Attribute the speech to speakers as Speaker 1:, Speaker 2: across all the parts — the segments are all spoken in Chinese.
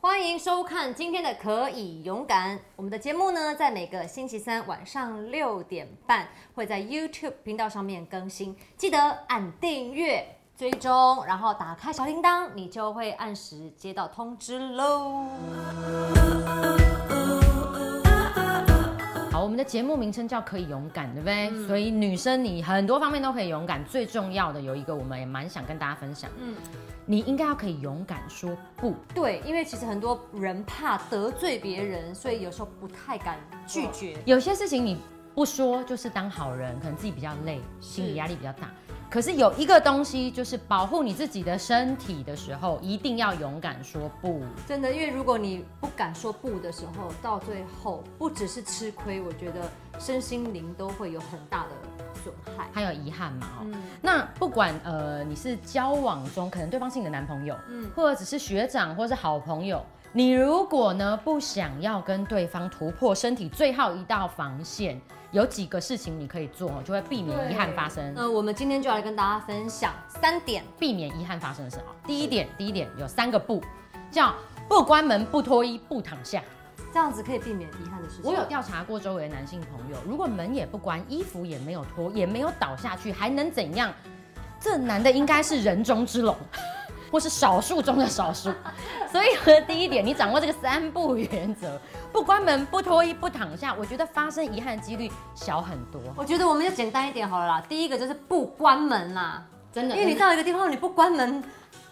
Speaker 1: 欢迎收看今天的《可以勇敢》。我们的节目呢，在每个星期三晚上六点半会在 YouTube 频道上面更新，记得按订阅、追踪，然后打开小铃铛，你就会按时接到通知喽。
Speaker 2: 好，我们的节目名称叫可以勇敢，对不对？
Speaker 1: 嗯
Speaker 2: 所以女生你很多方面都可以勇敢，最重要的有一个我们也蛮想跟大家分享，
Speaker 1: 嗯
Speaker 2: 嗯，你应该要可以勇敢说不，
Speaker 1: 对，因为其实很多人怕得罪别人，所以有时候不太敢拒绝。
Speaker 2: 有些事情你不说就是当好人，可能自己比较累，心理压力比较大。可是有一个东西就是保护你自己的身体的时候，一定要勇敢说不。
Speaker 1: 真的，因为如果你不敢说不的时候，到最后不只是吃亏，我觉得身心灵都会有很大的损害。
Speaker 2: 还有遗憾嘛，哦、
Speaker 1: 嗯
Speaker 2: 那不管呃你是交往中，可能对方是你的男朋友，
Speaker 1: 嗯
Speaker 2: 嗯，或者只是学长或是好朋友，你如果呢不想要跟对方突破身体最后一道防线，有几个事情你可以做，哦就会避免遗憾发生。
Speaker 1: 那我们今天就要来跟大家分享三点，
Speaker 2: 避免遗憾发生的事啊、哦第一点，第一点有三个不，叫不关门、不脱衣、不躺下。
Speaker 1: 这样子可以避免遗憾的事情。
Speaker 2: 我有调查过周围的男性朋友，如果门也不关，衣服也没有脱，也没有倒下去，还能怎样？这男的应该是人中之龙， 或是少数中的少数。 所以和第一点，你掌握这个三不原则，不关门、不脱衣、不躺下，我觉得发生遗憾的几率小很多。
Speaker 1: 我觉得我们就简单一点好了啦。第一个就是不关门啦，
Speaker 2: 真的
Speaker 1: 因为你到一个地方你不关门，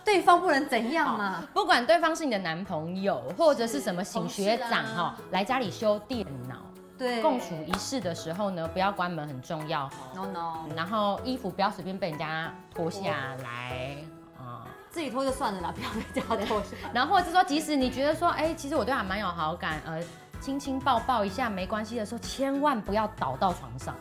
Speaker 1: 对方不能怎样嘛。
Speaker 2: 不管对方是你的男朋友，或者是什么
Speaker 3: 同
Speaker 2: 醒
Speaker 3: 事
Speaker 2: 学长
Speaker 3: 啊
Speaker 2: 哈、来家里修电脑，
Speaker 1: 对，
Speaker 2: 共处一室的时候呢，不要关门，很重要哈。
Speaker 1: No No，
Speaker 2: 然后衣服不要随便被人家脱下来啊、
Speaker 1: 自己脱就算了啦，不要被家脱。
Speaker 2: 然后或者是说，即使你觉得说，哎、其实我对他蛮有好感，呃，亲亲抱抱一下没关系的时候，千万不要倒到床上。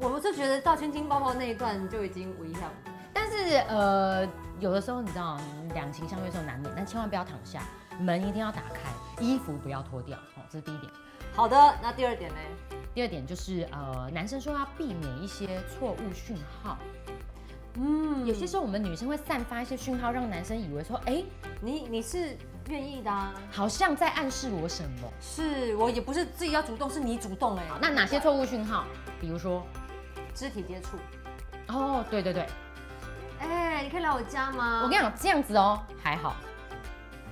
Speaker 1: 我就觉得到亲亲抱抱那一段就已经危险了。
Speaker 2: 但是呃，有的时候你知道，两情相悦的时候难免，但千万不要躺下，门一定要打开，衣服不要脱掉，哦，这是第一点。
Speaker 1: 好的，那第二点呢？
Speaker 2: 第二点就是呃，男生说要避免一些错误讯号，
Speaker 1: 嗯
Speaker 2: 有些时候我们女生会散发一些讯号，让男生以为说，哎、
Speaker 1: 你你是愿意的、啊，
Speaker 2: 好像在暗示我什么。
Speaker 1: 是我也不是自己要主动，是你主动哎、
Speaker 2: 好那哪些错误讯号？比如说，
Speaker 1: 肢体接触？
Speaker 2: 哦，对对对，
Speaker 1: 哎、你可以来我家吗？
Speaker 2: 我跟你讲，这样子哦，还好，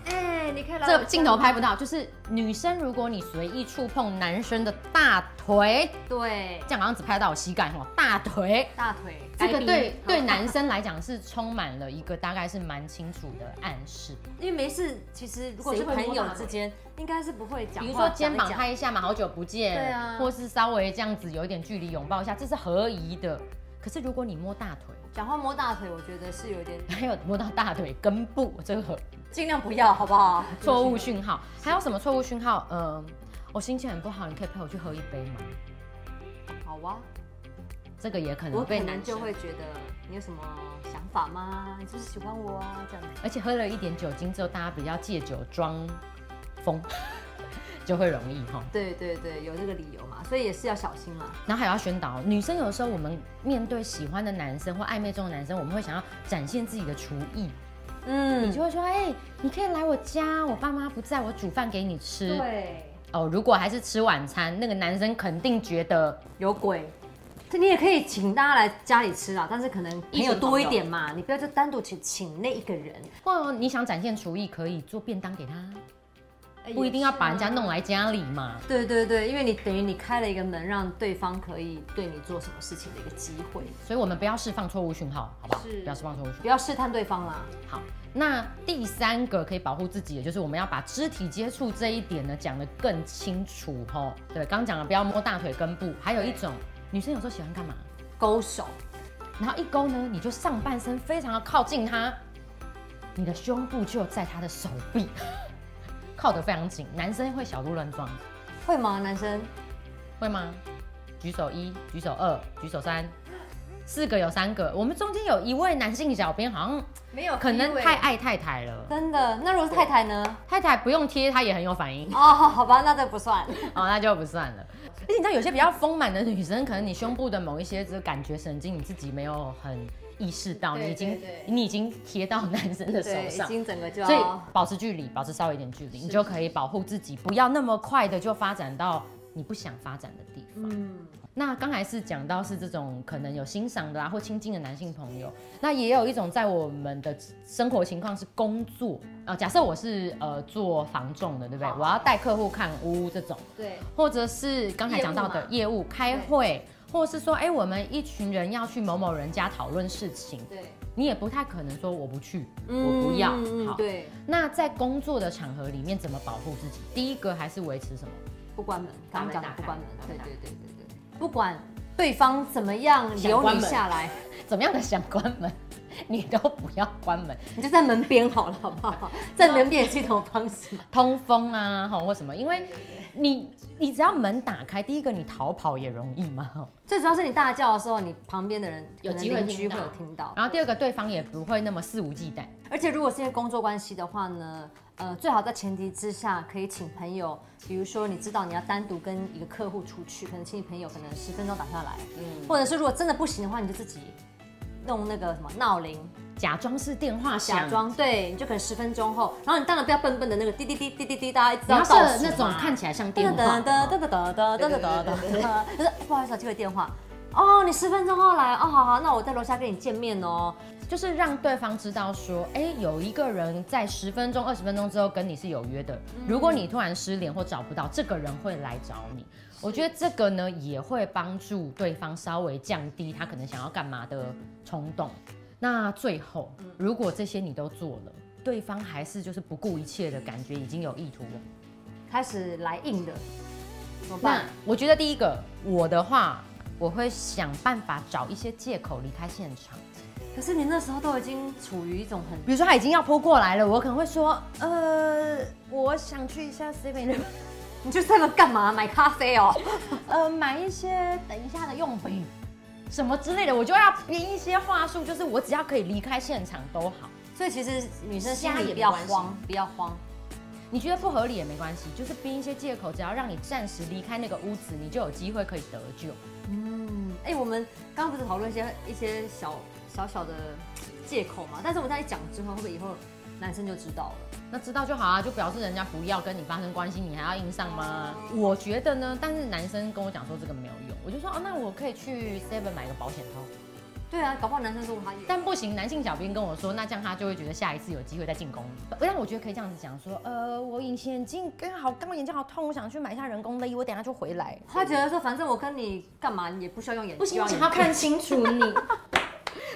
Speaker 1: 哎、你可以来我家吗。
Speaker 2: 这个镜头拍不到。就是女生，如果你随意触碰男生的大腿，
Speaker 1: 对
Speaker 2: 这样好像只拍到我膝盖哦，大腿。
Speaker 1: 大腿，
Speaker 2: 这个
Speaker 1: 该逼
Speaker 2: 对对，
Speaker 1: 好
Speaker 2: 男生来讲是充满了一个大概是蛮清楚的暗示，
Speaker 1: 因为没事，其实如果是
Speaker 2: 谁会摸
Speaker 1: 朋友
Speaker 2: 大腿
Speaker 1: 之间，应该是不会讲话。
Speaker 2: 比如说肩膀
Speaker 1: 讲一
Speaker 2: 拍一下嘛，好久不见，
Speaker 1: 对啊
Speaker 2: 或是稍微这样子有一点距离拥抱一下，这是合宜的。可是如果你摸大腿，
Speaker 1: 讲，讲话摸大腿，我觉得是有点
Speaker 2: 还有摸到大腿根部，这个
Speaker 1: 尽量不要，好不好？
Speaker 2: 错误讯号，还有什么错误讯号？嗯、我心情很不好，你可以陪我去喝一杯吗？
Speaker 1: 好啊，
Speaker 2: 这个也可
Speaker 1: 我
Speaker 2: 能
Speaker 1: 可
Speaker 2: 被
Speaker 1: 能
Speaker 2: 男
Speaker 1: 就
Speaker 2: 生，
Speaker 1: 会觉得你有什么想法吗？你是不是喜欢我啊？这样子。
Speaker 2: 而且喝了一点酒精之后，大家比较借酒装疯， 就会容易哈。
Speaker 1: 对对对，有这个理由嘛，所以也是要小心啦。
Speaker 2: 然后还要宣导，哦女生有时候我们面对喜欢的男生或暧昧中的男生，我们会想要展现自己的厨艺，
Speaker 1: 嗯
Speaker 2: 你就会说，哎、你可以来我家，我爸妈不在，我煮饭给你吃。
Speaker 1: 对，
Speaker 2: 哦，如果还是吃晚餐，那个男生肯定觉得
Speaker 1: 有鬼。这你也可以请大家来家里吃啊，但是可能朋友多一点嘛，你不要就单独去请那一个人，
Speaker 2: 或你想展现厨艺，可以做便当给他，
Speaker 1: 哎
Speaker 2: 不一定要把人家弄。来家里嘛。
Speaker 1: 对对对，因为你等于你开了一个门，让对方可以对你做什么事情的一个机会，
Speaker 2: 所以我们不要释放错误讯号，好不好？
Speaker 3: 是
Speaker 2: 不要释放错误讯
Speaker 1: 不要试探对方啦。
Speaker 2: 号。好，那第三个可以保护自己的，就是我们要把肢体接触这一点呢讲得更清楚吼。对，刚讲了不要摸大腿根部，还有一种女生有时候喜欢干嘛？
Speaker 1: 勾手，
Speaker 2: 然后一勾呢，你就上半身非常的靠近她，你的胸部就在她的手臂，靠得非常紧。男生会小鹿乱撞，
Speaker 1: 会吗？男生
Speaker 2: 会吗？举手一，举手二，举手三，四个有三个。我们中间有一位男性小编好像
Speaker 3: 没有
Speaker 2: 可能
Speaker 3: 地位
Speaker 2: 太爱太太 了，
Speaker 1: 真的？那如果是太太呢？。
Speaker 2: 太太不用贴，他也很有反应
Speaker 1: 哦，好吧，那这不算。
Speaker 2: 哦，那就不算了。而且你知道，有些比较丰满的女生，可能你胸部的某一些这个感觉神经你自己没有很意识到
Speaker 1: 对
Speaker 2: 你已经
Speaker 1: 对对
Speaker 2: 你已经贴到男生的手
Speaker 1: 对，已
Speaker 2: 上，
Speaker 1: 经整个就
Speaker 2: 所以
Speaker 1: 要
Speaker 2: 保持距离，保持稍微一点距离，
Speaker 1: 是
Speaker 2: 你就可以保护自己，不要那么快的就发展到你不想发展的地方。
Speaker 1: 嗯，
Speaker 2: 那刚才是讲到是这种可能有欣赏的啊啦、或亲近的男性朋友，那也有一种在我们的生活情况是工作呃，假设我是呃做房仲的，对不对
Speaker 1: 好？
Speaker 2: 我要带客户看屋这种，
Speaker 1: 对，
Speaker 2: 或者是刚才讲到的业务开会，或者是说哎、我们一群人要去某某人家讨论事情，
Speaker 1: 对，
Speaker 2: 你也不太可能说我不去，我不要。
Speaker 1: 嗯
Speaker 2: 好，
Speaker 1: 对，
Speaker 2: 那在工作的场合里面怎么保护自己？第一个还是维持什么？
Speaker 1: 不关门，刚刚讲的
Speaker 2: 打开
Speaker 1: 不关门
Speaker 2: 打，开
Speaker 1: 对
Speaker 2: 打
Speaker 1: 对
Speaker 2: 开
Speaker 1: 对对对，不管对方怎么样
Speaker 2: 想
Speaker 1: 留
Speaker 2: 关
Speaker 1: 你
Speaker 2: 门
Speaker 1: 下来，
Speaker 2: 怎么样的想关门， 你都不要关门，
Speaker 1: 你就在门边好了，好不好？在门边也是一种方式。
Speaker 2: 通风啊，吼或什么，因为你你只要门打开，第一个你逃跑也容易嘛，吼
Speaker 1: 最主要是你大叫的时候，你旁边的人
Speaker 2: 有
Speaker 1: 可能
Speaker 2: 机会
Speaker 1: 邻居
Speaker 2: 听
Speaker 1: 会
Speaker 2: 到
Speaker 1: 有听到。
Speaker 2: 然后第二个对方也不会那么肆无忌惮，
Speaker 1: 而且如果是因为工作关系的话呢，呃，最好在前提之下可以请朋友，比如说你知道你要单独跟一个客户出去，可能请你朋友可能十分钟打下来，
Speaker 2: 嗯，
Speaker 1: 或者是如果真的不行的话，你就自己弄那个什么闹铃，
Speaker 2: 假装是电话响，
Speaker 1: 假装对，你就可能十分钟后，然后你当然不要笨笨的那个滴滴滴滴滴滴，大家知
Speaker 2: 你
Speaker 1: 道
Speaker 2: 要设
Speaker 1: 倒数
Speaker 2: 那种
Speaker 1: 嘛
Speaker 2: 看起来像电
Speaker 1: 噔
Speaker 2: 话
Speaker 1: 噔噔
Speaker 2: 的，
Speaker 1: 噔噔噔噔噔噔噔，就是不好意思，接个电话。哦，你十分钟后来，哦，好好，那我在楼下跟你见面哦。
Speaker 2: 就是让对方知道说，哎，有一个人在十分钟、二十分钟之后跟你是有约的，如果你突然失联或找不到，这个人会来找你。我觉得这个呢，也会帮助对方稍微降低他可能想要干嘛的冲动。那最后，如果这些你都做了，对方还是就是不顾一切的感觉已经有意图了，
Speaker 1: 开始来硬的，怎么
Speaker 2: 那
Speaker 1: 办？
Speaker 2: 我觉得第一个，我的话，我会想办法找一些借口离开现场。
Speaker 1: 可是你那时候都已经处于一种很
Speaker 2: 比如说他已经要扑过来了，我可能会说，呃，我想去一下 Seven，Eleven，
Speaker 1: 你去 seven 干嘛？买咖啡哦？
Speaker 2: 呃，买一些等一下的用品，什么之类的，我就要编一些话术，就是我只要可以离开现场都好。
Speaker 1: 所以其实女生心
Speaker 2: 瞎也
Speaker 1: 里
Speaker 2: 没
Speaker 1: 不要
Speaker 2: 关系
Speaker 1: 慌，不要慌。
Speaker 2: 你觉得不合理也没关系，就是编一些借口，只要让你暂时离开那个屋子，你就有机会可以得救。
Speaker 1: 嗯，哎、我们刚刚不是讨论一些一些小小小的借口嘛？但是我们在讲之后，会不会以后男生就知道了？
Speaker 2: 那知道就好啊，就表示人家不要跟你发生关系，你还要硬上吗？我觉得呢，但是男生跟我讲说这个没有用，我就说哦，那我可以去 Seven 买个保险套。
Speaker 1: 对啊，搞不好男生说他也
Speaker 2: 但不行，男性小编跟我说，那这样他就会觉得下一次有机会再进攻你。呃但我觉得可以这样子讲说，呃，我隐形眼镜刚好刚好眼睛好痛，我想去买一下人工泪液，我等一下就回来。
Speaker 1: 他觉得说，反正我跟你干嘛，你也不需要用眼睛，
Speaker 2: 不行，我
Speaker 1: 用眼
Speaker 2: 想要
Speaker 1: 睛
Speaker 2: 看清楚你。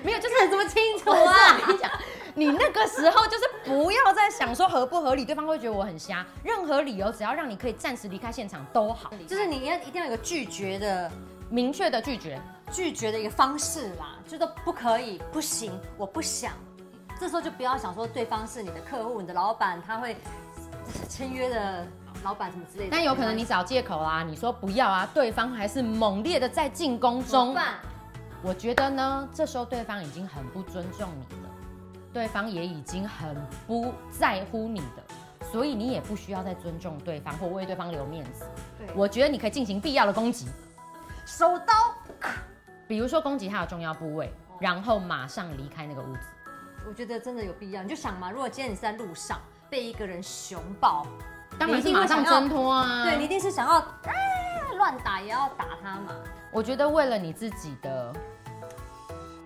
Speaker 2: 没有，就是
Speaker 1: 看得这么清楚
Speaker 2: 我
Speaker 1: 啊！
Speaker 2: 啊，跟你讲，你那个时候就是不要再想说合不合理，对方会觉得我很瞎。任何理由只要让你可以暂时离开现场都好，就
Speaker 1: 就是是你要一定要有个拒绝的
Speaker 2: 明确的拒绝。
Speaker 1: 拒绝的一个方式啦，就都不可以，不行，我不想。这时候就不要想说对方是你的客户、你的老板，他会签约的老板什么之类的。
Speaker 2: 但有可能你找借口啊，你说不要啊，对方还是猛烈的在进攻
Speaker 1: 怎么
Speaker 2: 中。
Speaker 1: 办？
Speaker 2: 我觉得呢，这时候对方已经很不尊重你了，对方也已经很不在乎你的，所以你也不需要再尊重对方或为对方留面子。
Speaker 1: 对
Speaker 2: 我觉得你可以进行必要的攻击，
Speaker 1: 手刀，
Speaker 2: 比如说攻击他的重要部位，然后马上离开那个屋子。
Speaker 1: 我觉得真的有必要。你就想嘛，如果今天你是在路上被一个人熊抱，
Speaker 2: 当然是马上挣脱啊！
Speaker 1: 对你一定是想要啊乱打也要打他嘛。
Speaker 2: 我觉得为了你自己的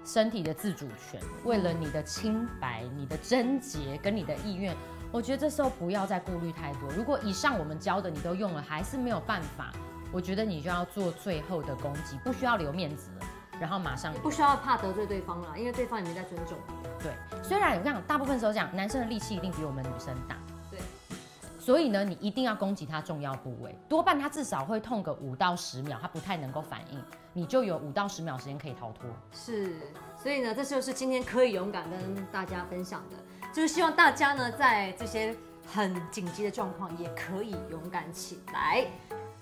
Speaker 2: 身体的自主权，为了你的清白、你的贞洁跟你的意愿，我觉得这时候不要再顾虑太多。如果以上我们教的你都用了，还是没有办法，我觉得你就要做最后的攻击，不需要留面子了，然后马上
Speaker 1: 不需要怕得罪对方啦，因为对方也没在尊重。
Speaker 2: 对。虽然我跟你讲，大部分时候讲男生的力气一定比我们女生大，
Speaker 1: 对，
Speaker 2: 所以呢，你一定要攻击他重要部位，多半他至少会痛个五到十秒，他不太能够反应，你就有五到十秒时间可以逃脱。
Speaker 1: 是，所以呢，这就是今天可以勇敢跟大家分享的，就是希望大家呢，在这些很紧急的状况也可以勇敢起来。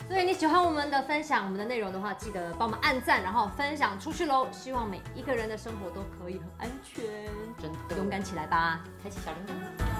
Speaker 1: 所以你喜欢我们的分享，我们的内容的话，记得帮我们按赞，然后分享出去喽。希望每一个人的生活都可以很安全，
Speaker 2: 真的
Speaker 1: 勇敢起来吧！
Speaker 2: 开启小铃铛。